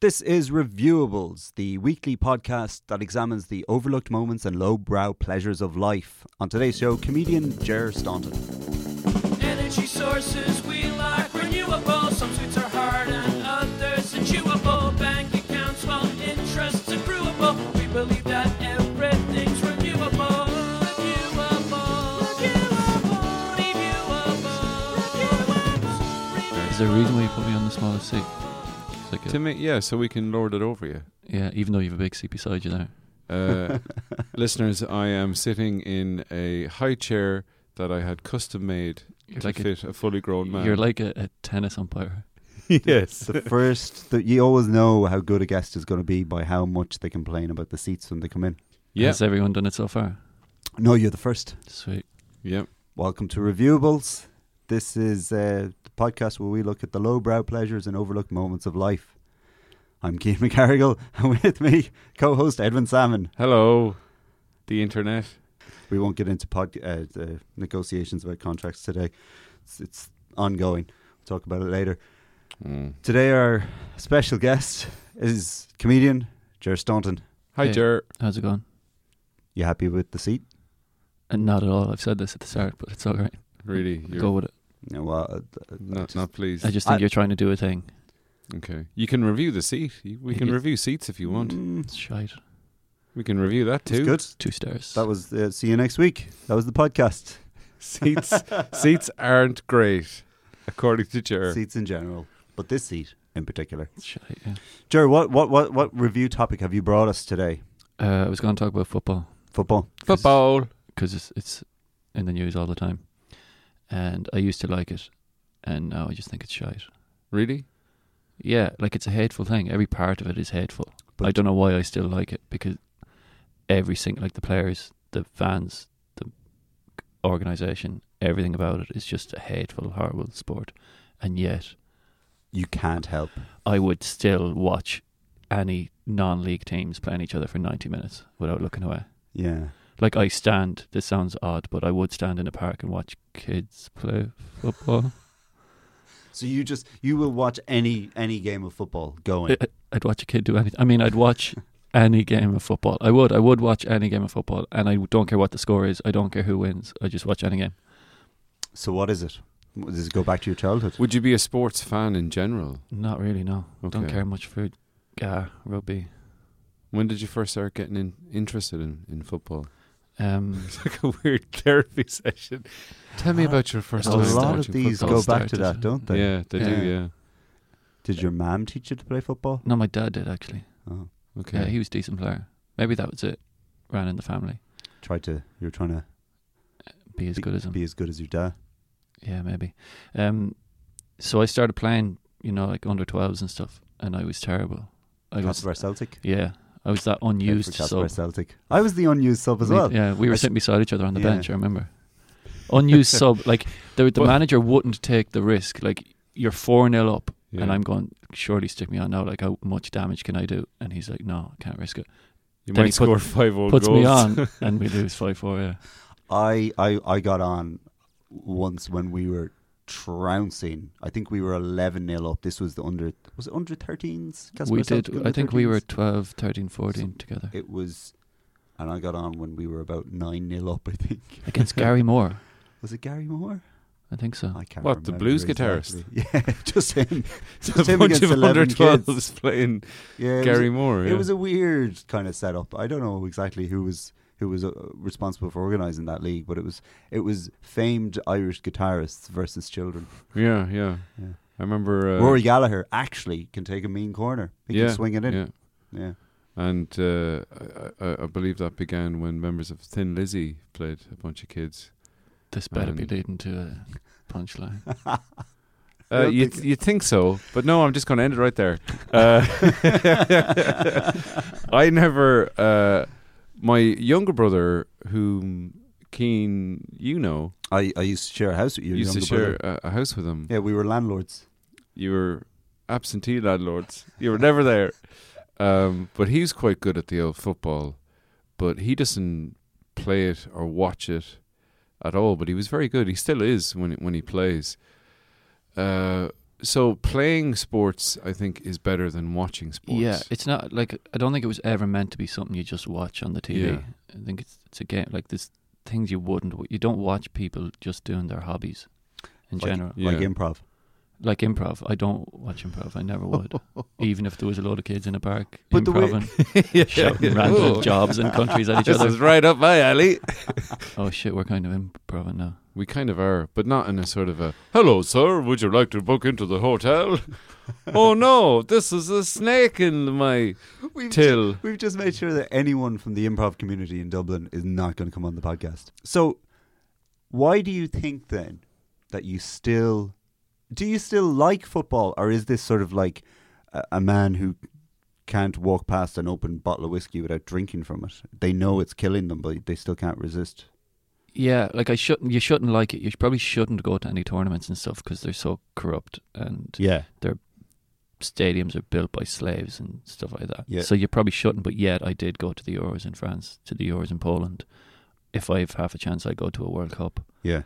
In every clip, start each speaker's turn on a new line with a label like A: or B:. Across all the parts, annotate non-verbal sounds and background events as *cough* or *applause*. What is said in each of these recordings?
A: This is Reviewables, the weekly podcast that examines the overlooked moments and lowbrow pleasures of life. On today's show, comedian Jer Staunton.
B: Energy sources we like renewable. Some sweets are hard and others are chewable. Bank accounts, well, interests accruable. We believe that everything's renewable. Renewable. Renewable. Renewable.
C: Is there a reason why you put me on the smallest seat? It's like a-
D: To me, yeah, so we can lord it over you.
C: yeah, even though you have a big seat beside you there. *laughs*
D: Uh, listeners, I am sitting in a high chair that I had custom made
C: You're
D: to
C: like a-
D: fit a, fully grown man.
C: You're like a, a tennis umpire.
D: yes.
A: The first that you always know how good a guest is going to be by how much they complain about the seats when they come in.
D: Yeah.
C: Has everyone done it so far?
A: No, you're the first.
C: Sweet.
D: Yeah.
A: Welcome to Reviewables. This is uh, the podcast where we look at the lowbrow pleasures and overlooked moments of life. I'm Keith McCarrigal, *laughs* and with me, co host Edwin Salmon.
D: Hello, the internet.
A: We won't get into pod, uh, the negotiations about contracts today. It's, it's ongoing. We'll talk about it later.
C: Mm.
A: Today, our special guest is comedian Jer Staunton.
D: Hi,
C: Hey.
D: Jer.
C: How's it going?
A: You happy with the seat?
C: And not at all. I've said this at the start, but it's all right.
D: Really, you're
C: Go with it.
A: No, well, uh, uh,
D: not not pleased.
C: I just think
A: I-
C: you're trying to do a thing.
D: okay. You can review the seat. You- We
C: *laughs*
D: can
C: Yeah.
D: review seats if you want.
A: mm,
C: It's shite.
D: We can review that
A: it's
D: too.
A: good.
C: Two stars.
A: That was uh, see you next week. That was the podcast. *laughs*
D: Seats *laughs* seats aren't great, according to Jer.
A: Seats in general, but this seat in particular.
C: It's shite, yeah.
A: Jer, what, what, what, what review topic have you brought us today?
C: Uh, I was going to talk about football
A: Football.
D: Football.
C: because it's, it's in the news all the time. And I used to like it, and now I just think it's shite.
D: Really?
C: Yeah, like it's a hateful thing. Every part of it is hateful.
A: But-
C: I don't know why I still like it because every single, like the players, the fans, the organization, everything about it is just a hateful, horrible sport. And yet,
A: You can't help.
C: I would still watch any non-league teams playing each other for ninety minutes without looking away.
A: Yeah.
C: Like I stand. This sounds odd, but I would stand in a park and watch kids play football.
A: So you just you will watch any any game of football going.
C: I- I- I'd watch a kid do anything. I mean, I'd watch any game of football. I would. I would watch any game of football, and I don't care what the score is. I don't care who wins. I just watch any game.
A: So what is it? Does it go back to your childhood?
D: Would you be a sports fan in general?
C: Not really. No, don't
D: Okay.
C: care much for uh, rugby.
D: When did you first start getting in, interested in, in football? *laughs*
C: Um,
D: Like a weird *laughs* therapy session. Tell me
A: lot-
D: about your first
A: Uh, A
D: time.
A: lot of
D: watching
A: these
D: football.
A: go back to
C: started-
A: that, don't they?
D: Yeah, they
C: Yeah.
D: do. Yeah.
A: Did your mom teach you to play football?
C: no, my dad did actually.
A: Oh,
D: Okay.
C: Yeah, he was a decent player. Maybe that was it. Ran in the family.
A: tried to. You're trying to
C: Be as good as him.
A: be as good as your dad.
C: Yeah, maybe. Um, so I started playing, you know, like under 12s and stuff, and I was terrible. I was,
A: Casper Celtic.
C: yeah, I was that
A: Played
C: unused
A: for Casper
C: sub.
A: Celtic. I was the unused sub as
C: We-
A: well.
C: Yeah, we were
A: I
C: sitting beside each other on the
A: yeah.
C: bench. I remember. Unused sub, like the the
D: Well-
C: manager wouldn't take the risk. Like you're four 0 up,
D: Yeah.
C: and I'm going. Surely stick me on now. Like how much damage can I do? And he's like, No, can't risk it.
D: You
C: then
D: might
C: he put-
D: score five old
C: Puts
D: goals.
C: me
D: *laughs*
A: *laughs*
C: on, and we lose five four. Yeah,
A: I, I I got on once when we were trouncing. I think we were eleven 0 up. This was the under was it under thirteens?
C: we did. I think we were 12, 13, 14
A: *laughs*
C: together
A: It was, and I got on when we were about nine 0 up. I think
C: against Gary Moore.
A: was it Gary Moore?
C: I think so.
A: *laughs* I can't.
D: What, the
A: remember
D: blues
A: exactly. *laughs*
D: guitarist?
A: Yeah, just
D: *laughs*
A: him.
D: It's a
A: him
D: bunch
A: against
D: of
A: 11
D: under
A: kids.
D: 12s playing
A: Yeah, it
D: Gary
A: Was,
D: Moore.
A: a-
D: Yeah.
A: It was a weird kind of setup. I don't know exactly who was who was uh, responsible for organizing that league, but it was it was famed Irish guitarists versus children.
D: yeah, yeah,
A: Yeah.
D: I remember. Uh,
A: Rory Gallagher actually can take a mean corner. He
D: yeah,
A: can swing it in. Yeah.
D: Yeah. And uh, I, I, I believe that began when members of Thin Lizzy played a bunch of kids.
C: This better be
D: Um,
C: leading to a punchline.
A: I
D: Uh,
A: don't
D: you
A: think-
D: you think so, but no, I'm just going to end it right there. Uh, *laughs* I never. Uh, my younger brother, whom Keen, you know,
A: I, I used to share a house with you.
D: used to share
A: brother.
D: a, a house with him.
A: Yeah, we were landlords.
D: You were absentee landlords. You were never there. Um, but he's quite good at the old football, but he doesn't play it or watch it at all. But he was very good. He still is when when he plays. Uh, so playing sports, I think, is better than watching sports.
C: Yeah, it's not like I don't think it was ever meant to be something you just watch on the TV.
D: Yeah.
C: I think it's it's a game like there's things you wouldn't w- you don't watch people just doing their hobbies in
A: Like-
C: general.
D: Yeah.
A: like improv.
C: Like improv, I don't watch improv. I never *laughs* would, even if there was a load of kids in a park
A: But the way-
C: improving, *laughs* shouting random
D: Ooh.
C: jobs and countries *laughs* at each
D: This
C: other.
D: is right up my alley.
C: Oh shit, we're kind of improving now.
D: We kind of are, but not in a sort of a "Hello, sir. Would you like to book into the
C: *laughs*
D: hotel?" oh no, this is a snake in my
A: We've
D: till.
A: We've just made sure that anyone from the improv community in Dublin is not going to come on the podcast. So, why do you think then that you still do you still like football, or is this sort of like a, a man who can't walk past an open bottle of whiskey without drinking from it? They know it's killing them, but they still can't resist.
C: Yeah, like I shouldn't. You shouldn't like it. You sh- probably shouldn't go to any tournaments and stuff because they're so corrupt and
A: Yeah,
C: stadiums are built by slaves and stuff like that.
A: Yeah.
C: So you probably shouldn't, but yet I did go to the Euros in France, to the Euros in Poland. If I have half a chance, I go to a World Cup.
A: yeah.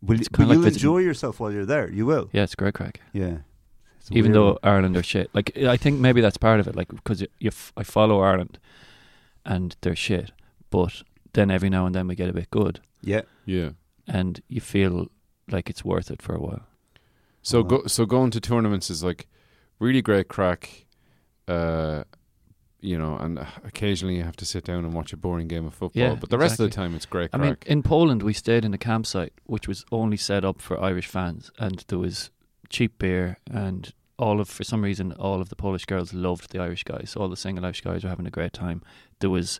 A: Will,
C: It's
A: but
C: kinda like
A: you'll
C: visiting-
A: enjoy yourself while you're there. You will.
C: Yeah, it's great crack.
A: Yeah. It's a
C: Even
A: weird
C: though
A: one.
C: Ireland are shit, like I think maybe that's part of it, like because you f- I follow Ireland, and they're shit, but then every now and then we get a bit good, *laughs*
A: yeah, *laughs*
D: Yeah.
C: and you feel like it's worth it for a while.
D: So
A: Wow.
D: go so going to tournaments is like really great crack, uh, you know, and uh, occasionally you have to sit down and watch a boring game of football.
C: Yeah,
D: but the rest of the
C: exactly.
D: time it's great
C: I
D: crack.
C: mean, in Poland, we stayed in a campsite which was only set up for Irish fans, and there was cheap beer, and all of for some reason all of the Polish girls loved the Irish guys. All the single Irish guys were having a great time. There was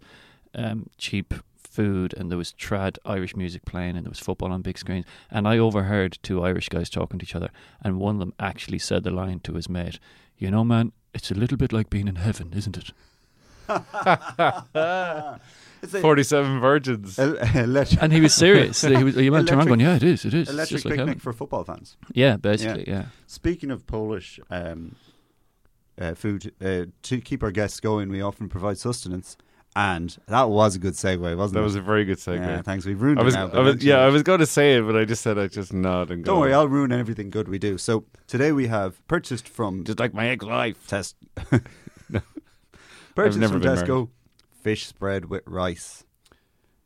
C: um, cheap food, and there was trad Irish music playing, and there was football on big screens. And I overheard two Irish guys talking to each other, and one of them actually said the line to his mate, "You know, man." It's a little bit like being in heaven, isn't
A: *laughs*
C: it?
A: It's a-
D: Forty-seven virgins.
A: el-
C: *laughs*
A: electric,
C: And he was serious. he was, he went
A: Electric-
C: around going, "Yeah, it is. It is. it's
A: electric
C: just like
A: picnic
C: heaven."
A: for football fans.
C: Yeah, basically. yeah.
A: Speaking of Polish um, uh, food, uh, to keep our guests going, we often provide sustenance, and that was a good segue, wasn't
D: That
A: it?
D: was a very good segue.
A: yeah, thanks. We've ruined
D: I was,
A: it now.
D: I
A: but
D: was, yeah, I
A: mention
D: was going to say it, but I just said I just nod and
A: it.
D: go.
A: Don't worry, I'll ruin everything good we do. So today we have purchased from
D: just like my ex-wife.
A: Test. *laughs* purchased
D: never
A: from
D: been
A: Tesco. Fish spread with rice.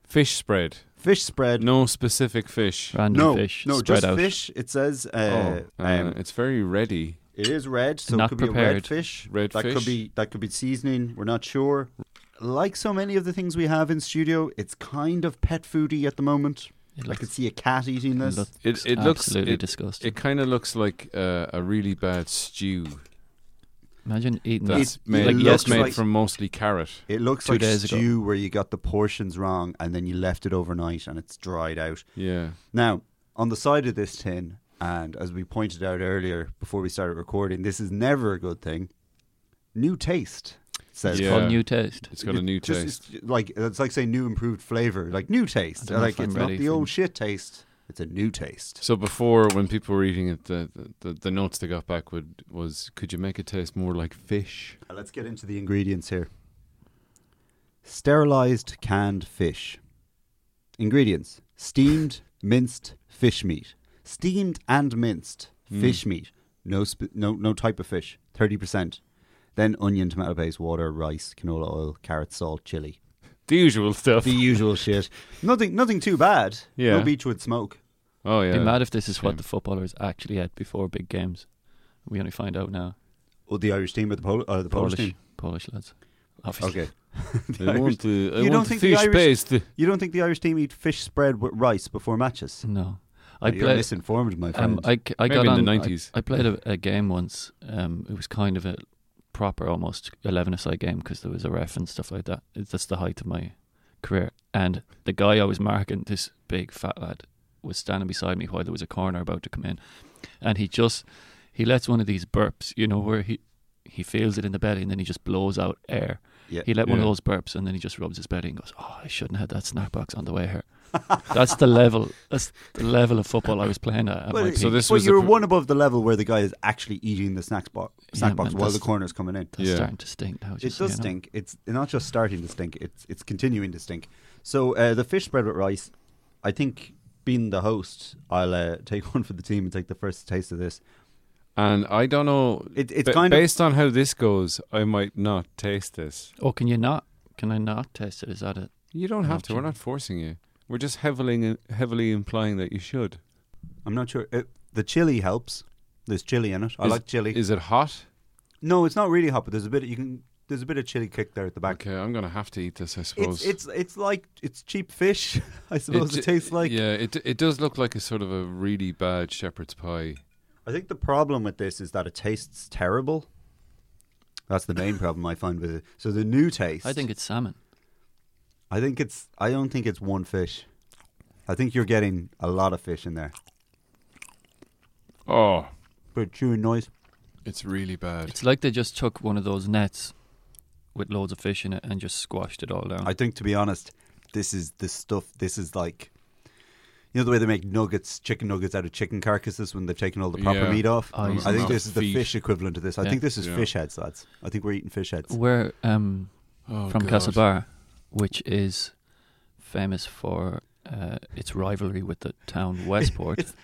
D: Fish spread.
A: Fish spread.
D: No specific fish.
C: Random
A: no,
C: fish
A: no,
C: spread
A: just
C: out.
A: fish. It says uh,
D: Uh, oh,
A: um,
D: uh, it's very ready.
A: It is red, so
C: Not
A: it could be a red
C: prepared.
A: fish.
D: Red
A: that
D: fish.
A: could be that could be seasoning. We're not sure. Like so many of the things we have in studio, it's kind of pet foody at the moment.
C: It
A: I
C: looks-
A: could see a cat eating this.
C: looks
D: It- it looks-
C: absolutely
D: it-
C: disgusting.
D: It kind of looks like uh, a really bad stew.
C: Imagine eating that.
D: That's
A: It-
D: made,
C: like
D: that's
C: yesterday.
D: made from mostly carrot.
A: it looks
C: two
A: like
C: days ago.
A: stew where you got the portions wrong and then you left it overnight and it's dried out.
D: Yeah.
A: Now, on the side of this tin, and as we pointed out earlier before we started recording, this is never a good thing. New taste says
D: Yeah.
C: called new taste.
D: It's got a
A: It
D: new
A: just-
D: taste.
A: It's like it's like saying new improved flavor, like new taste.
C: I don't know
A: Like
C: if I'm
A: it's
C: ready
A: not the
C: for-
A: old shit taste. It's a new taste.
D: So before, when people were eating it, the, the the notes they got back would was, could you make it taste more like fish?
A: Uh, Let's get into the ingredients here. Sterilized canned fish. Ingredients: steamed, *laughs* minced fish meat. Steamed and minced
C: Hmm.
A: fish meat. No sp- no no type of fish. Thirty percent. Then onion, tomato paste, water, rice, canola oil, carrot, salt, chili.
C: *laughs*
D: The usual stuff.
A: The usual shit. Nothing nothing too bad.
D: Yeah.
A: No beechwood smoke.
D: oh
C: Be
D: yeah.
C: mad if this is
D: Shame.
C: what the footballers actually had before big games. We only find out now.
A: Or the Irish team or the, Pol- or the Polish,
C: Polish,
A: team?
C: Polish lads. Obviously.
A: Okay. *laughs* The
D: I
A: Irish-
D: want the, I
A: You don't
D: want the
A: think the
D: fish
A: Irish-
D: paste.
A: you don't think the Irish team eat fish spread with rice before matches?
C: No, I
A: I You're
C: played.
A: misinformed, my friend.
C: Um, I, c- I
D: Maybe
C: got
D: in the
C: on, I-
D: 90s.
C: I, played a, a game once. Um, it was kind of a proper, almost eleven-a-side game because there was a ref and stuff like that. It's just the height of my career. And the guy I was marking, this big fat lad, was standing beside me while there was a corner about to come in, and he just he lets one of these burps, you know, where he he feels it in the belly and then he just blows out air.
A: yeah.
C: He let one of
D: Yeah.
C: those burps and then he just rubs his belly and goes, "Oh, I shouldn't have had that snack box on the way here." That's the level. That's the level of football I was playing at.
A: *laughs*
C: at my
A: Well,
D: So
C: peak.
D: this
A: well,
D: was the
A: you're
D: pr-
A: one above the level where the guy is actually eating the snacks bo- snack
C: Yeah,
A: box
C: man,
A: while
C: that's-
A: the corner's coming in.
C: That's
D: Yeah.
C: starting to stink now.
A: It
C: Just so
A: does
C: you know.
A: stink. It's not just starting to stink. It's it's continuing to stink. So uh, the fish spread with rice, *laughs* I think, being the host, I'll uh, take one for the team and take the first taste of this.
D: And I don't know.
A: It, it's
D: ba-
A: kind of
D: based on how this goes, I might not taste this.
C: Oh, can you not? Can I not taste it? Is that it?
D: You don't
C: An
D: have to. We're
C: option.
D: not forcing you. We're just heavily heavily implying that you should.
A: I'm not sure. It, the chili helps. There's chili in it. I
D: Is-
A: like chili.
D: Is it hot?
A: no, it's not really hot, but there's a bit. You can. There's a bit of chili kick there at the back.
D: Okay, I'm gonna have to eat this. I
A: It's
D: suppose.
A: it's it's like it's cheap fish. *laughs* I
D: It
A: suppose it,
D: ju-
A: tastes like.
D: Yeah, it it does look like a sort of a really bad shepherd's pie.
A: I think the problem with this is that it tastes terrible. That's the main problem I find with it. So the new taste.
C: I think it's salmon.
A: I think it's. I don't think it's one fish. I think you're getting a lot of fish in there.
D: Oh,
A: But chewing noise.
D: it's really bad.
C: It's like they just took one of those nets with loads of fish in it and just squashed it all down.
A: I think, to be honest, this is the stuff. This is like, you know, the way they make nuggets, chicken nuggets out of chicken carcasses when they've taken all the proper
D: Yeah.
A: meat off.
C: Oh,
A: I
C: yeah.
A: think this
D: Not
A: is the
D: feet.
A: fish equivalent of this. I
C: Yeah.
A: think this is
D: Yeah.
A: fish heads, lads. I think we're eating fish heads.
C: We're um,
D: oh,
C: from
D: God.
C: Castlebar, which is famous for uh, its rivalry with the
A: *laughs*
C: town Westport.
A: It's-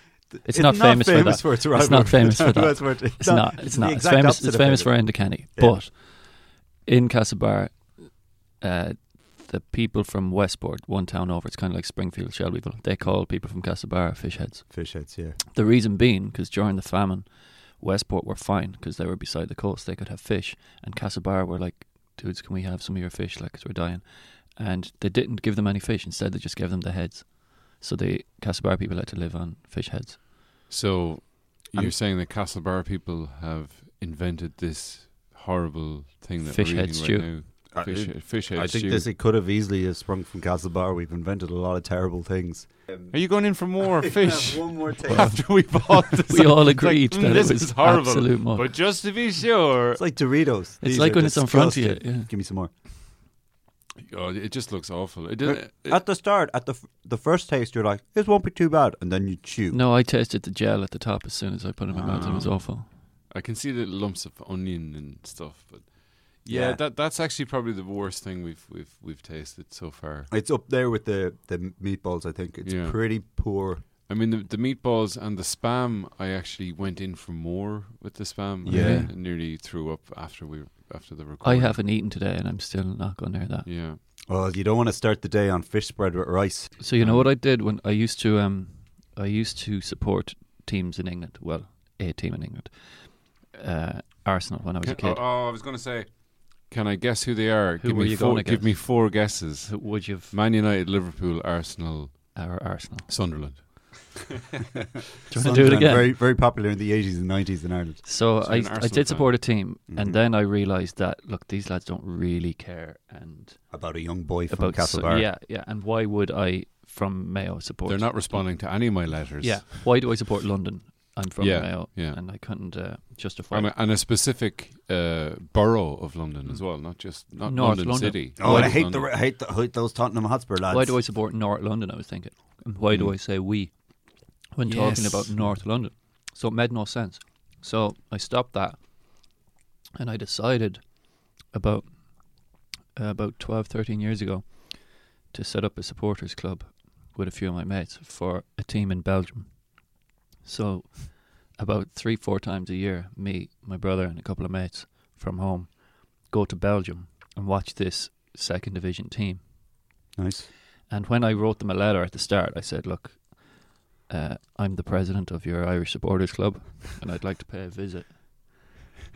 C: it's, not famous for that.
A: its rival.
C: not
A: *laughs*
C: famous for that.
A: for it. It's
C: not. It's,
A: the
C: not. It's
A: exact
C: famous.
A: opposite
C: It's
A: of
C: famous for
A: favorite.
C: Endicanny.
A: Yeah.
C: But in Castlebar, uh, the people from Westport, one town over, it's kind of like Springfield, Shelbyville. They call people from Castlebar fish heads.
A: Fish heads, yeah.
C: The reason being, because during the famine, Westport were fine because they were beside the coast. They could have fish, and Castlebar were like, "Dudes, can we have some of your fish? Like, 'cause we're dying." And they didn't give them any fish. Instead, they just gave them the heads. So the Castlebar people had to live on fish heads.
D: So, you're
A: I'm-
D: saying that Castlebar people have invented this horrible thing that
C: Fish
D: we're
C: head
D: eating
C: stew.
D: right now? Fish,
A: I,
D: fish head
A: Uh, I think
D: stew.
A: this it could have easily have sprung from Castlebar. We've invented a lot of terrible things.
D: Are you going in for
A: *laughs*
D: more fish? *laughs*
A: One more taste.
D: After we
C: *laughs*
D: bought this,
C: We all
D: It's
C: agreed
D: like,
C: that
D: "Mm,
C: it
D: this
C: was
D: is horrible.
C: absolute muck.
D: But just to be sure,
A: It's like Doritos.
C: It's
A: These
C: like
A: are
C: when it's in front of you,
A: disgusting.
C: yeah.
A: Give me some more.
D: oh, it just looks awful. It didn't. it-
A: at the start, at the f- the first taste, you're like, "This won't be too bad," and then you chew.
C: No, I tasted the gel at the top as soon as I put it in my mouth. It was
D: Wow.
C: awful.
D: I can see the lumps of onion and stuff, but yeah,
A: Yeah.
D: that that's actually probably the worst thing we've we've we've tasted so far.
A: It's up there with the the meatballs. I think it's
D: Yeah.
A: pretty poor.
D: I mean, the, the meatballs and the spam. I actually went in for more with the spam. I
A: Yeah.
D: ne- nearly threw up after we after the
C: I
D: recording.
C: haven't eaten today, and I'm still not going near that.
D: Yeah.
A: Well, Oh, you don't want to start the day on fish spread with
D: *laughs*
A: rice.
C: So you know
D: Um,
C: what I did when I used to um I used to support teams in England. Well, a team in England, uh, Arsenal when I was a
D: Can- oh,
C: kid.
D: oh, I was going to say, can I guess who they are?
C: Who
D: give
C: were
D: me
C: you
D: four,
C: gonna
D: Give
C: guess?
D: me four guesses.
C: Who Would you have
D: Man United, Liverpool, Arsenal,
C: our Arsenal?
D: Sunderland.
C: Do you want to do it
A: Sunderland,
C: again?
A: Very very popular in the 80s and 90s in Ireland.
C: So,
D: So
C: I
D: you're an
C: I
D: Arsenal
C: did support a team,
A: Mhm.
C: and then I realised that look, these lads don't really care, and
A: About a young boy from
C: about so-
A: Castlebar.
C: yeah, yeah. And why would I from Mayo support?
D: They're not responding to any of my letters.
C: Yeah. Why do I support London? I'm from
D: Yeah,
C: Mayo,
D: yeah.
C: and I couldn't uh, justify.
D: And
C: it.
D: a, and a specific uh, borough of London as well, not just not
C: North
D: London,
C: London.
D: City.
A: Oh,
D: Why
A: and I
D: does
A: hate
D: London-
A: the I hate, the, hate those Tottenham Hotspur lads.
C: Why do I support North London? I was thinking. And why do
D: Mm.
C: I say we when talking
D: Yes.
C: about North London? So it made no sense. So I stopped that, and I decided about uh, about 12, 13 years ago to set up a supporters club with a few of my mates for a team in Belgium. So about three, four times a year, me, my brother, and a couple of mates from home go to Belgium and watch this second division team.
A: Nice.
C: And when I wrote them a letter at the start, I said, "Look, uh, I'm the president of your Irish supporters club, and I'd like to pay a visit."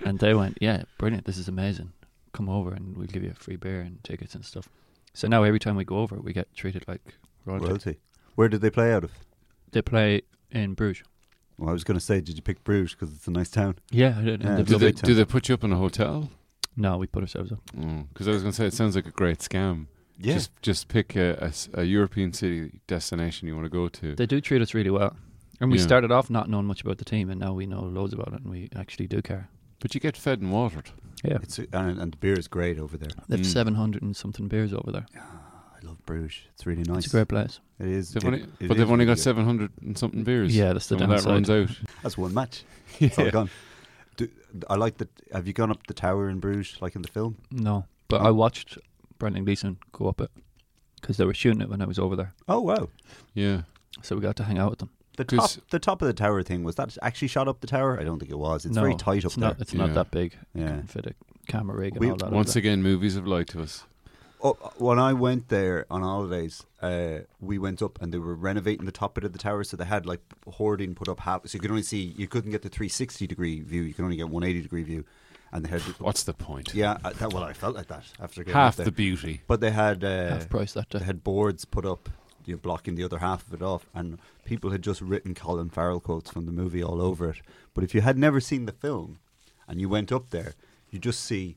C: And they went, "Yeah, brilliant! This is amazing. Come over, and we'll give you a free beer and tickets and stuff." So now every time we go over, we get treated like royalty.
A: Royalty. Where did they play out of?
C: They play in Bruges.
A: Well, I was going to say, did you pick Bruges because it's a nice town?
C: Yeah, I did.
A: Yeah.
C: and they've
D: Do they,
C: lovely-
D: do they put you up in a hotel?
C: no, we put ourselves up.
D: Because I was going to say, it sounds like a great scam.
A: Yeah.
D: Just, just pick a, a s- a European city destination you want to go to.
C: They do treat us really well, and we
D: Yeah.
C: started off not knowing much about the team, and now we know loads about it, and we actually do care.
D: But you get fed and watered.
C: Yeah,
A: it's and, and the beer is great over there.
C: they've
D: Mm.
C: seven hundred and something beers over there.
A: I love Bruges. It's really nice.
C: It's a great place.
A: It is-
D: They've
A: it-
D: only,
A: it
D: but
A: is
D: they've
A: really
D: only got
A: good.
D: 700 and something beers.
C: Yeah, that's the
D: And when that
C: downside.
D: runs
C: *laughs*
D: out.
A: That's one
D: *laughs*
A: match. It's all gone. Do, I like that. Have you gone up the tower in Bruges, like in the film?
C: No, but I watched Brendan Gleeson go up it because they were shooting it when I was over there,
A: Oh wow!
D: Yeah.
C: so we got to hang out with them.
A: the
D: 'Cause-
A: top the top of the tower thing was that actually shot up the tower? I don't think it was. It's
C: No,
A: very tight up
C: it's
A: there.
C: Not, it's
D: Yeah.
C: not that big. You
A: Yeah.
C: can fit a camera rig and
A: We-
C: all that.
D: Once
C: over
D: again, movies have lied to us.
A: Oh, when I went there on holidays, uh, we went up and they were renovating the top bit of the tower, so they had like hoarding put up half, so you could only see you couldn't get the 360 degree view, you could only get 180 degree view, and they had
D: What's the point?
A: yeah, uh, that, well, I felt like that after getting
D: Half
A: up there.
D: the beauty.
A: but they had
C: there.
A: uh,
C: half price that
A: *laughs*
C: day.
A: they had boards put up, you know, blocking the other half of it off, and people had just written Colin Farrell quotes from the movie all over it. But if you had never seen the film, and you went up there, you just see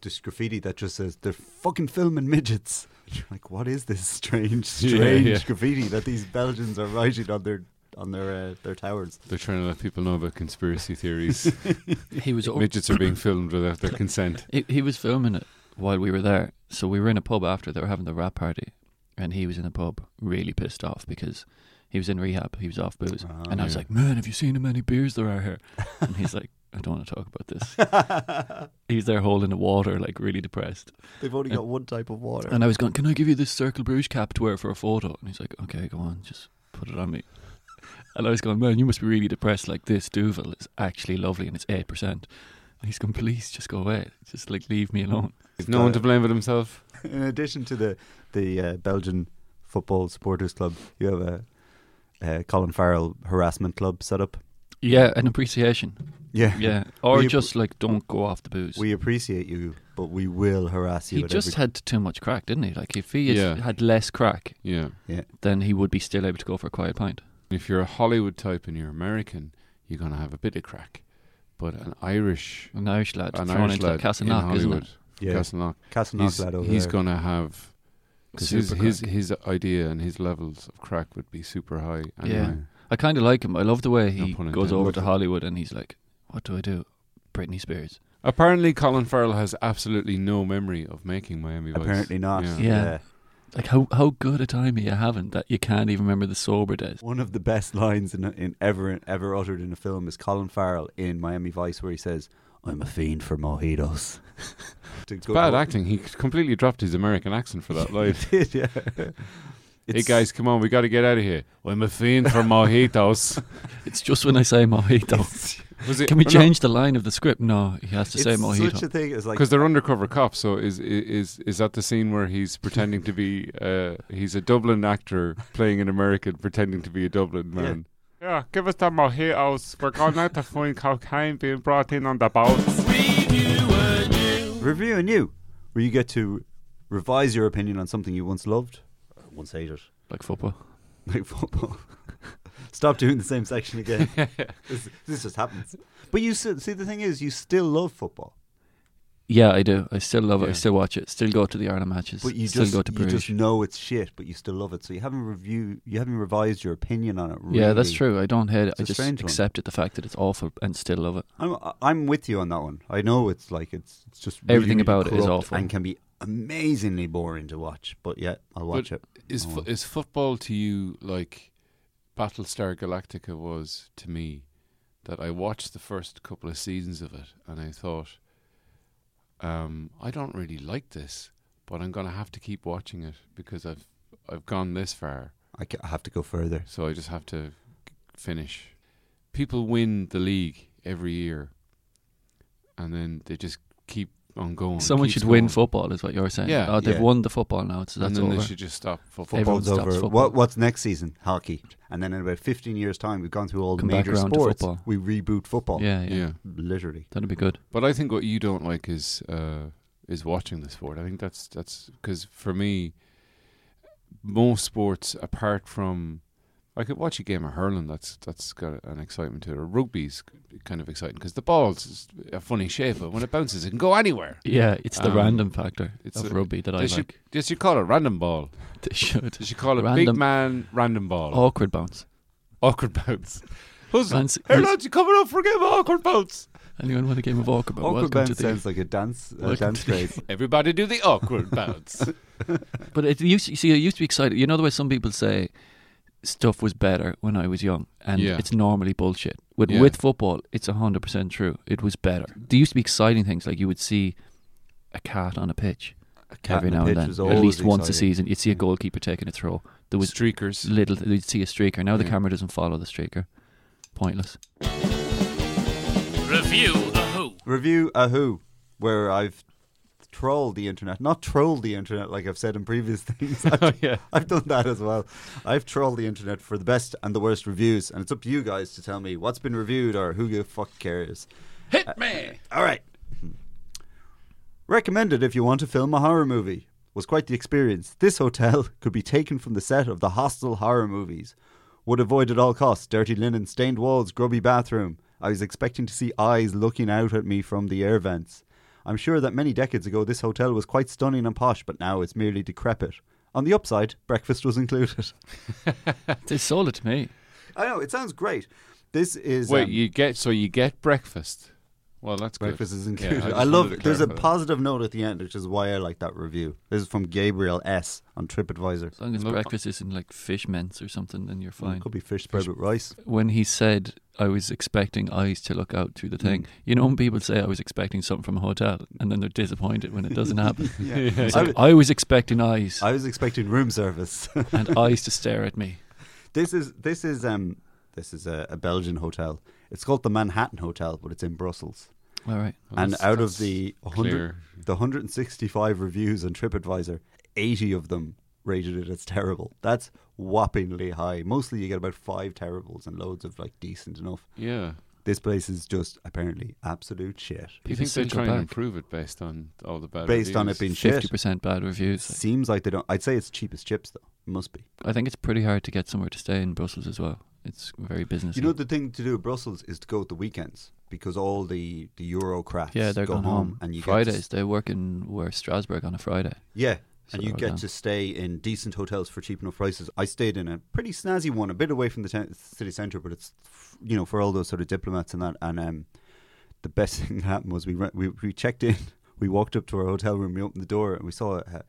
A: this graffiti that just says they're fucking filming midgets. *laughs* You're like, what is this strange,
D: *laughs* Yeah,
A: strange
D: yeah.
A: graffiti that these Belgians are writing on their on their uh, their towers? *laughs*
D: They're trying to let people know about
C: *laughs*
D: conspiracy theories. *laughs*
C: He was o-
D: Midgets are being filmed without
C: *laughs*
D: their consent.
C: he, he was filming it while we were there. So we were in a pub after they were having the rap party, and he was in the pub really pissed off because he was in rehab. He was off booze,
A: Ah,
C: and I was
D: yeah.
C: like, "Man, have you seen how many beers there are
A: *laughs*
C: here?" and he's like, "I don't want to talk about this." he was there holding the water, like really depressed.
A: They've only got one type of water.
C: And I was going, "Can I give you this Circle Bruges cap to wear for a photo?" And he's like, "Okay, go on, just put it on me." *laughs* And I was going, "Man, you must be really depressed. Like this Duvel is actually lovely, and it's eight percent." And he's going, "Please, just go away. Just like leave me alone."
D: Is no one to blame but himself?
A: In addition to the the uh, Belgian football supporters club, you have a uh, Colin Farrell harassment club set up.
C: Yeah, an appreciation.
D: *laughs*
A: Yeah,
C: Yeah, or
A: We app-
C: just like don't go off the booze.
A: We appreciate you, but we will harass you.
C: he
A: at
C: just
A: every-
C: had too much crack, didn't he? Like if he had,
D: Yeah.
C: had less crack,
D: Yeah.
C: then he would be still able to go for a quiet pint.
D: If you're a Hollywood type and you're American, you're going to have a bit of crack. But an Irish,
C: An Irish lad
D: an
C: thrown
D: Irish
C: into
D: lad in
C: Castleknock, isn't
D: Hollywood,
C: it?
A: yeah,
D: Castleknock,
A: Castle
D: he's,
A: Knocklat over
D: he's
A: there.
D: going to have because his,
C: Super
D: his
C: crack.
D: his idea and his levels of crack would be super high.
C: Yeah.
D: Anyway.
C: I kind of like him. I love the way he
D: pun
C: goes
D: intended.
C: over to Hollywood and he's like, "What do I do?" Britney Spears.
D: Apparently, Colin Farrell has absolutely no memory of making Miami Vice.
A: Apparently not.
D: Yeah.
A: Yeah.
C: Yeah. Like how how good a time are you having that you can't even remember the sober days?
A: One of the best lines in, in ever ever uttered in a film is Colin Farrell in Miami Vice, where he says, "I'm a fiend for mojitos." *laughs* it's
D: Bad acting. He completely dropped his American accent for
A: *laughs*
D: that line.
A: yeah.
D: hey
A: It's-
D: guys, come on, we got to get out of here. I'm a fiend
A: *laughs*
D: for mojitos.
C: It's just when I say mojito.
D: Was
A: *laughs*
D: it,
C: Can we change the line of the script? No, he has to
A: It's
C: say
A: such
C: mojito.
A: a thing. It's like
D: Because they're undercover cops, so is is is that the scene where he's pretending to be? Uh, he's a Dublin actor playing an American, pretending to be a Dublin
A: Yeah.
D: man. Yeah, give us the mojitos. We're going out to find cocaine being brought in on the boats.
B: Review anew.
A: reviewing you, where you get to revise your opinion on something you once loved, or Uh, once hated,
C: Like football.
A: *laughs* like football. Stop doing the same section *laughs* again. this, this just happens. But you s- see, the thing is, you still love football,
C: Yeah, I do. I still love it.
D: Yeah.
C: I still watch it. Still go to the Ireland matches.
A: but you
C: still
A: just
C: go to
A: you
C: Bruges.
A: just know it's shit, but you still love it. So you haven't review, you haven't revised your opinion on it. Really.
C: Yeah, that's true. I don't hate it.
A: It's
C: I
A: a
C: just
A: strange one.
C: accepted the fact that it's awful and still love it.
A: I'm I'm with you on that one. I know it's like it's, it's just really,
C: Everything
A: really
C: about it is
A: corrupt
C: awful.
A: and can be amazingly boring to watch. But yeah, I'll watch
D: But
A: it.
D: Is
A: Oh,
D: fo-
A: well.
D: is football to you like Battlestar Galactica was to me? That I watched the first couple of seasons of it, and I thought, um, I don't really like this, but I'm going to have to keep watching it because I've I've gone this far.
A: I, ca- I have to go further.
D: So I just have to finish. People win the league every year, and then they just keep on
A: Oh,
D: going.
C: Someone
D: keeps
C: should win
D: going.
C: football, is what you're saying.
D: Yeah.
C: oh, they've
A: Yeah.
C: won the football now, so
D: and
C: that's
D: then
C: over.
D: they should just stop football.
C: Everyone
A: Football's
C: stops
A: over.
C: football.
A: What what's next season? Hockey. And then in about 15 years' time, we've gone through all the
C: Come back
A: major
C: around to
A: sports.
C: football.
A: We reboot football.
C: yeah, yeah,
D: yeah.
A: literally.
C: that'd be good.
D: but I think what you don't like is uh, is watching the sport. I think that's that's because for me, most sports apart from I could watch a game of hurling. That's that's got an excitement to it. Or rugby's kind of exciting because the ball's a funny shape, but when it bounces, it can go anywhere.
C: Yeah, it's the
D: Um,
C: random factor
D: it's
C: of
D: a-
C: rugby that I
D: They
C: like. *laughs*
D: should, they should call it random ball.
C: They should
D: They should call it big
C: Random- Oh.
D: man random ball.
C: awkward bounce.
D: Awkward
C: *laughs*
D: bounce. Who's
C: Man C-
D: Hey, lads, you coming up for a game of awkward bounce?
C: Anyone want a game of awkward bounce?
A: Awkward
C: Welcome to
A: bounce
C: the-
A: sounds like a dance a
C: Welcome
A: dance
C: to the-
A: craze.
D: Everybody do
C: *laughs*
D: the awkward bounce.
C: But it used you see, I used to be excited. You know the way some people say stuff was better when I was young, and
D: Yeah.
C: it's normally bullshit. With
D: Yeah.
C: with football, it's hundred percent true. It was better. There used to be exciting things like you would see a cat on a pitch,
A: cat
C: every
A: in the
C: now and
A: pitch
C: then.
A: was
C: At
A: always
C: least once a
A: exciting.
C: season, you'd see a goalkeeper taking a throw. There was
D: streakers.
C: little. You'd see a streaker. Now the
D: Yeah.
C: camera doesn't follow the streaker. Pointless.
B: Review a who.
A: Review a who, where I've trolled the internet, not trolled the internet like I've said in previous *laughs* things.
C: Oh,
A: I've,
D: yeah.
A: I've done that as well. I've trolled the internet for the best and the worst reviews, and it's up to you guys to tell me what's been reviewed or who the fuck cares.
B: Hit me.
A: All right. Recommended if you want to film a horror movie. Was quite the experience. This hotel *laughs* could be taken from the set of the hostile horror movies. Would avoid at all costs dirty linen, stained walls, grubby bathroom. I was expecting to see eyes looking out at me from the air vents. I'm sure that many decades ago this hotel was quite stunning and posh, but now it's merely decrepit. On the upside, breakfast was included. *laughs*
C: They sold it to me.
A: I know, it sounds great. This is
D: Wait,
A: um,
D: you get so you get breakfast. Well, that's good.
A: Breakfast is
D: Yeah,
A: included.
D: just
A: I, love
D: wanted
A: it.
D: to
A: There's a
D: clarify that.
A: positive note at the end, which is why I like that review. This is from Gabriel S on TripAdvisor.
C: As long as
D: Look-
C: breakfast isn't like fish mince or something, then you're fine.
A: It could be fish spread with rice.
C: When he said, I was expecting eyes to look out
A: Mm.
C: through the thing, you know when people say, I was expecting something from a hotel, and then they're disappointed when it
A: *laughs*
C: doesn't happen? It's
A: I
C: like,
A: was-
C: I was expecting eyes
A: I was expecting room service. *laughs*
C: and eyes to stare at me.
A: this is this is um this is a, a Belgian hotel. It's called the Manhattan Hotel, but it's in Brussels.
C: All right.
D: Well,
A: and
D: Oh, that's-
A: out of
D: that's
A: the 100,
D: clear.
A: the 165 reviews on TripAdvisor, 80 of them rated it as terrible. That's whoppingly high. Mostly you get about five terribles and loads of like decent enough.
D: yeah.
A: This place is just apparently absolute shit.
D: You
C: People
D: think
C: still
D: they try
C: go
D: and
C: back.
D: improve it based on all the bad
A: based on it
D: reviews?
A: being shit.
C: 50% bad reviews.
A: Seems like they don't. I'd say it's cheap as chips, though. It must be.
C: I think it's pretty hard to get somewhere to stay in Brussels as well. It's very business.
A: You know, the thing to do in Brussels is to go at the weekends because all the the Euro crafts
C: yeah, they're
A: go
C: going
A: home,
C: home.
A: and you
C: Fridays,
A: get to,
C: they work in where Strasbourg on a Friday.
A: yeah,
C: So
A: and you
C: they're
A: get
C: down.
A: to stay in decent hotels for cheap enough prices. I stayed in a pretty snazzy one, a bit away from the town city centre, but it's you know for all those sort of diplomats and that. And um, the best *laughs* thing that happened was we re- we we checked in, *laughs* we walked up to our hotel room, we opened the door, and we saw a. a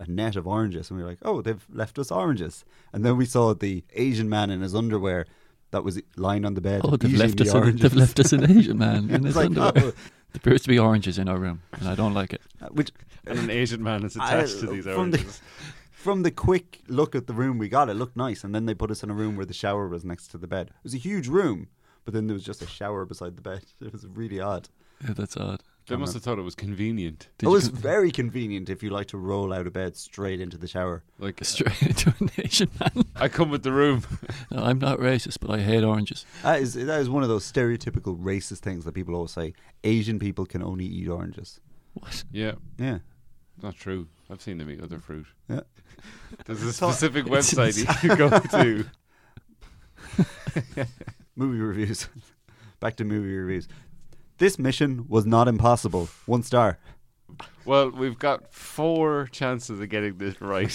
A: a net of oranges, and we were like, "Oh, they've left us oranges." And then we saw the Asian man in his underwear that was lying on the bed.
C: Oh, they've
A: eating
C: left,
A: the
C: us an,
A: oranges. *laughs*
C: they've left us an Asian man in
A: It's
C: his
A: like,
C: underwear.
A: oh,
C: There appears to be oranges in our room, and I don't like it.
A: uh, which
D: and *laughs* an Asian man is
A: I-
D: attached to these
A: from the-
D: oranges.
A: *laughs* from the quick look at the room we got, it looked nice. And then they put us in a room where the shower was next to the bed. It was a huge room, but then there was just a shower beside the bed. *laughs* It was really odd.
C: Yeah, that's odd. *laughs*
D: They must have thought it was convenient.
C: Did
A: it
C: you
A: was
C: come-
A: very convenient if you like to roll out of bed straight into the shower.
D: Like
C: *laughs* straight into an Asian man?
D: I come with the room. *laughs*
C: No, I'm not racist, but I hate oranges.
A: That is that is one of those stereotypical racist things that people always say. Asian people can only eat oranges.
C: What?
D: yeah,
A: Yeah.
D: not true. I've seen them eat other fruit.
A: Yeah.
D: *laughs* There's
A: *laughs*
D: a
A: It's all-
D: specific
C: it's
D: website you can go
A: *laughs*
D: to.
A: Movie *laughs* reviews. Back to movie reviews. This mission was not impossible. One star.
D: Well, we've got four chances of getting
A: *laughs*
D: this right.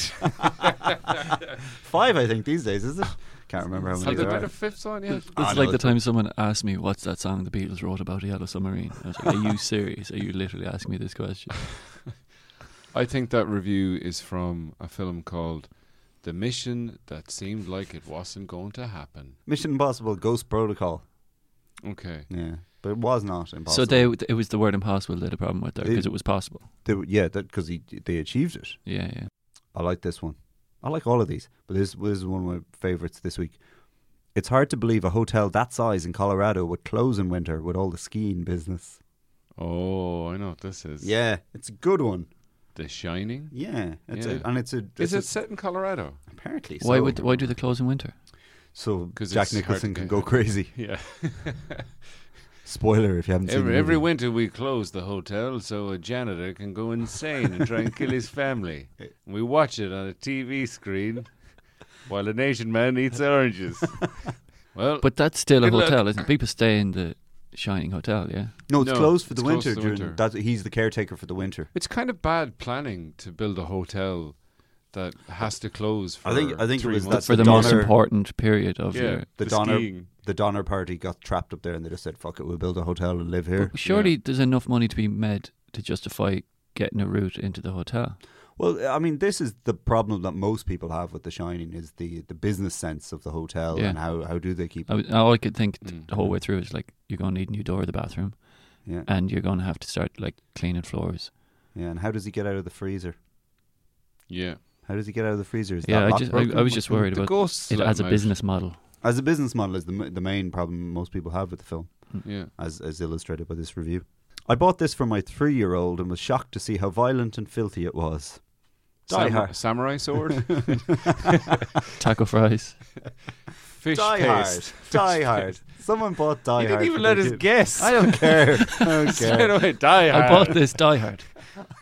A: Five, I think, these days, is it? Can't remember how many.
D: Have they
A: there are.
D: put a fifth on yet?
C: It's
A: Ah, no,
C: like the
A: it's-
C: time someone asked me, "What's that song the Beatles wrote about a yellow submarine?" I was like, "Are you serious? Are you literally asking me this question?"
D: I think that review is from a film called The Mission That Seemed Like It Wasn't Going to Happen.
A: Mission Impossible Ghost Protocol.
D: Okay.
A: Yeah, but it was not impossible.
C: So they, it was the word "impossible" they had a problem with there because it was possible.
A: they were- yeah, because they achieved it.
C: Yeah, yeah.
A: I like this one. I like all of these, but this, this is one of my favorites this week. It's hard to believe a hotel that size in Colorado would close in winter with all the skiing business.
D: Oh, I know what this is.
A: Yeah, it's a good one.
D: The Shining.
A: Yeah, it's
D: Yeah.
A: A, and it's a. It's
D: Is it
A: a-
D: set in Colorado?
A: apparently?
C: Why
A: so.
C: would why do they close in winter?
A: so?
D: 'Cause
A: Jack
D: it's hard
A: Nicholson
D: to
A: can
D: get-
A: go crazy. *laughs*
D: Yeah.
A: Spoiler if you haven't seen
D: Every,
A: the
D: every
A: movie.
D: winter we close the hotel so a janitor can go insane and try and kill his
A: *laughs*
D: family. And we watch it on a TV screen while an Asian man
A: *laughs*
D: eats oranges. Well,
C: But that's still a
D: Good luck.
C: hotel, isn't it? People stay in the Shining Hotel, yeah.
A: No, it's
D: No,
A: closed for
D: it's
A: the
D: closed
A: winter.
D: for the
A: during,
D: winter.
A: That's, he's the caretaker for the winter.
D: it's kind of bad planning to build a hotel that has to close for
A: I think- I think it
D: three
A: was that
D: months.
C: For the
A: Donner-
C: most important period of
D: yeah,
C: your.
A: The,
D: the
A: Donner,
D: skiing.
A: the Donner party got trapped up there, and they just said, "Fuck it, we'll build a hotel and live
C: *laughs*
A: here."
C: Surely there's enough money to be made to justify getting a route into the hotel.
A: Well, I mean, this is the problem that most people have with The Shining is the, the business sense of the hotel
C: Yeah.
A: and how, how do they keep
C: I
A: it?
C: was, all I could think th- the
A: Mm-hmm.
C: whole way through is like, you're going to need a new door to the bathroom,
A: Yeah,
C: and you're going to have to start like cleaning floors,
A: Yeah, and how does he get out of the freezer?
D: Yeah.
A: How does he get out of the freezer? Is
C: Yeah,
A: that
C: I, just,
A: locked
C: I, I was
A: broken?
C: just worried
D: The
C: about
D: ghosts
C: it
D: let
C: as a
D: him out.
C: business model.
A: as a business model is the m- the main problem most people have with the film,
D: Yeah.
A: as as illustrated by this review. I bought this for my three year old and was shocked to see how violent and filthy it was. Die
D: Samu-
A: Hard. *laughs*
D: Samurai sword.
C: Taco fries.
D: Fish
A: Die
D: paste.
A: Hard. Die Hard. Someone bought Die
D: You
A: Hard.
D: didn't even
A: for
D: let
A: their
D: us
A: kid.
D: guess.
A: I
D: *laughs*
A: don't
C: *laughs*
A: care. I don't
D: Straight
A: care.
D: away, Die Hard.
C: I bought this Die Hard.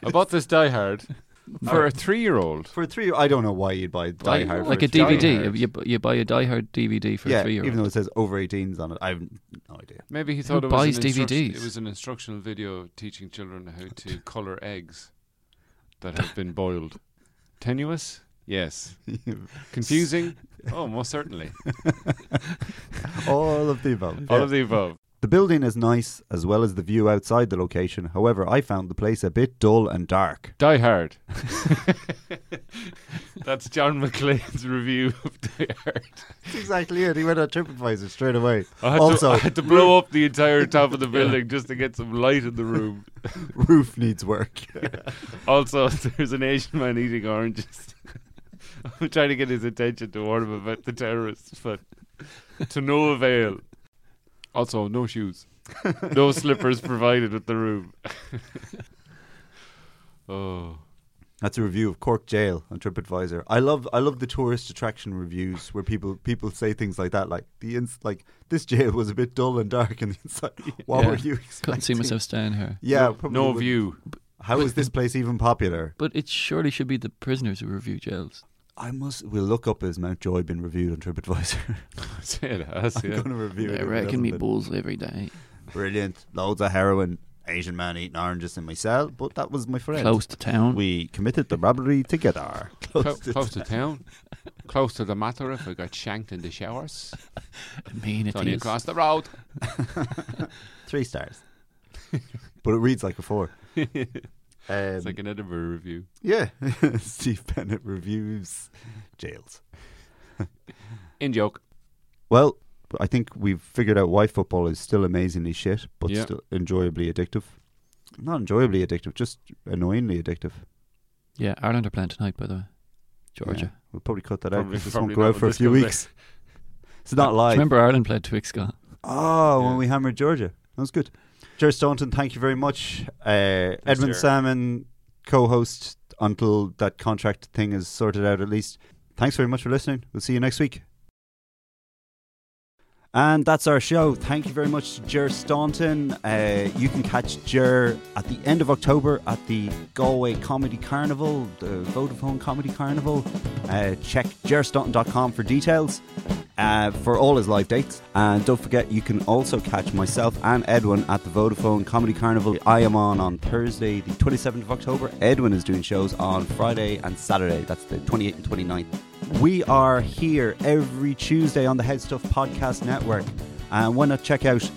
D: I bought this Die Hard
A: *laughs*
D: for a three-year-old.
A: For a three, I don't know why you'd buy *laughs* Die
C: Like-
A: Hard.
C: like
A: for
C: a
D: Die
C: DVD.
D: Hard.
C: You, you buy a Die Hard DVD for
A: yeah,
C: a three year
A: even though
C: old.
A: it says over 18s on it, I have n- no
D: *laughs*
A: idea.
D: Maybe he thought it
C: buys
D: was an instruct-
C: DVDs?
D: It was an instructional video teaching children how to color eggs that have been boiled. Tenuous?
A: *laughs*
D: Yes. Confusing? Oh, most certainly.
A: All of the above.
D: All
A: Yeah.
D: of the above.
A: The building is nice as well as the view outside the location. However, I found the place a bit dull and dark.
D: *laughs* Die Hard. That's John McLean's review of Die Hard.
A: That's exactly it. He went on TripAdvisor straight away.
D: I had,
A: Also,
D: to, I *laughs* had to blow up the entire top of the building just to get some light in the room.
A: roof needs work.
D: Also, *laughs* there's an Asian man eating oranges. *laughs* I'm trying to get his attention to warn him about the terrorists, but to no avail. Also, no shoes, *laughs* no slippers provided with the room. *laughs* oh,
A: *laughs* That's a review of Cork Jail on TripAdvisor. I love I love the tourist attraction reviews where people people say things like that, like the ins- like this jail was a bit dull and dark on the inside. *laughs* What
C: Yeah.
A: were you expecting?
C: Couldn't see myself staying here.
A: Yeah,
D: no,
A: probably
D: no
A: wouldn't.
D: view. *laughs*
A: How is this place even popular?
C: But it surely should be the prisoners who review jails.
A: I must. We'll look up has Mountjoy been reviewed on TripAdvisor. *laughs*
D: That's it. That's
A: I'm
D: it.
A: going to review it.
C: They
A: if it
C: reckon
A: hasn't
C: me
A: been.
C: balls every day.
A: Brilliant. Loads of heroin. Asian man eating oranges in my cell, but that was my friend.
C: Close to town.
A: We committed the robbery together. *laughs*
D: Clo- Close, to town, close to the matter if I got shanked in the showers.
C: mean
D: It's
C: it
D: only
C: is.
D: across the road.
A: Um, Three *laughs* stars. but it reads like a *laughs* four. Um,
D: It's like an Edinburgh review.
A: yeah. *laughs* Steve Bennett reviews jails.
D: In joke.
A: Well, I think we've figured out why football is still amazingly shit, but
D: Yeah.
A: still enjoyably addictive. Not enjoyably addictive, just annoyingly addictive.
C: Yeah, Ireland are playing tonight, by the way. Georgia.
A: Yeah. We'll probably cut that out
D: Probably-
A: because this won't
D: probably
A: go
D: not
A: out
D: when
A: for a
D: this
A: few
D: comes out.
A: weeks. It's not live.
C: Remember, Ireland played Twixco.
A: Oh,
D: Yeah.
A: when we hammered Georgia. That was good. Jer Staunton, thank you very much. Uh, Edmund
D: Jer.
A: Salmon, co host, until that contract thing is sorted out at least. Thanks very much for listening. We'll see you next week. And that's our show. Thank you very much to Jer Staunton. Uh, you can catch Jer at the end of October at the Galway Comedy Carnival, the Vodafone Comedy Carnival. Uh, check jerstaunton.com for details uh, for all his live dates. And don't forget, you can also catch myself and Edwin at the Vodafone Comedy Carnival. I am on on Thursday, the 27th of October. Edwin is doing shows on Friday and Saturday. That's the 28th and 29th. We are here every Tuesday on the Head Stuff Podcast Network. And why not check out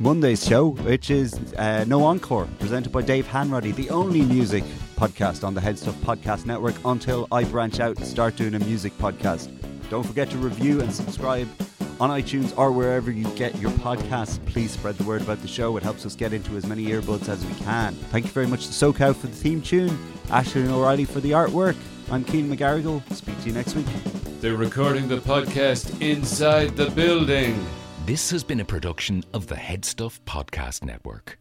A: Monday's show, which is uh, No Encore, presented by Dave Hanroddy, the only music podcast on the Headstuff Podcast Network until I branch out and start doing a music podcast. Don't forget to review and subscribe on iTunes or wherever you get your podcasts. Please spread the word about the show. It helps us get into as many earbuds as we can. Thank you very much to SoCal for the theme tune, Ashley and O'Reilly for the artwork. I'm Keen McGarrigle. Speak to you next week.
D: They're recording the podcast inside the building.
E: This has been a production of the Headstuff Podcast Network.